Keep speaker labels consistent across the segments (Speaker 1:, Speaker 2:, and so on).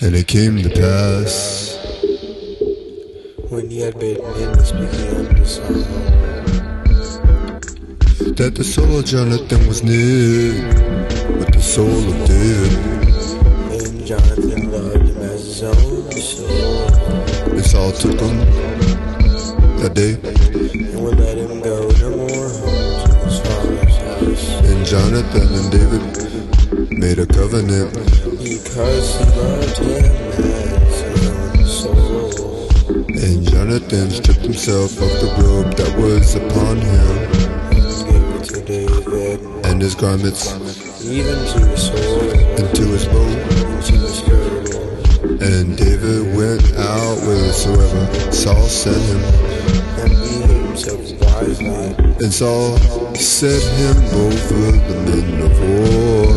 Speaker 1: And it came to pass
Speaker 2: When he had been in speaking unto Saul,
Speaker 1: that the soul of Jonathan was knit with the soul of David.
Speaker 2: and Jonathan loved him as his own soul,
Speaker 1: And Saul took him that day,
Speaker 2: and would let him go no more home to his father's house,
Speaker 1: and Jonathan and David made a covenant.
Speaker 2: because he loved him as his own soul.
Speaker 1: And Jonathan stripped himself of the robe that was upon him,
Speaker 2: Gave it to David,
Speaker 1: and his garments,
Speaker 2: even to his soul,
Speaker 1: and to his bow.
Speaker 2: and to his girdle.
Speaker 1: And David went out whithersoever Saul sent him.
Speaker 2: and be himself wisely,
Speaker 1: And Saul set him over the men of war,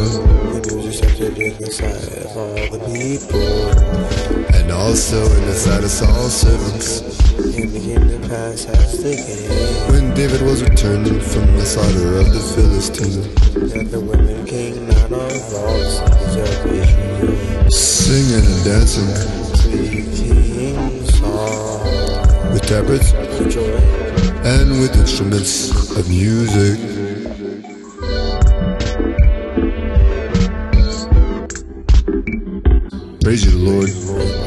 Speaker 2: and he was accepted in the sight of all the people.
Speaker 1: and also in the sight of Saul's servants.
Speaker 2: And it came to pass as the day
Speaker 1: When David was returning from the slaughter of the Philistines,
Speaker 2: that the women came not of all sides of Israel.
Speaker 1: singing and dancing
Speaker 2: The king saw
Speaker 1: with tabrets
Speaker 2: for joy,
Speaker 1: and with instruments of music. Praise you, Lord.
Speaker 2: and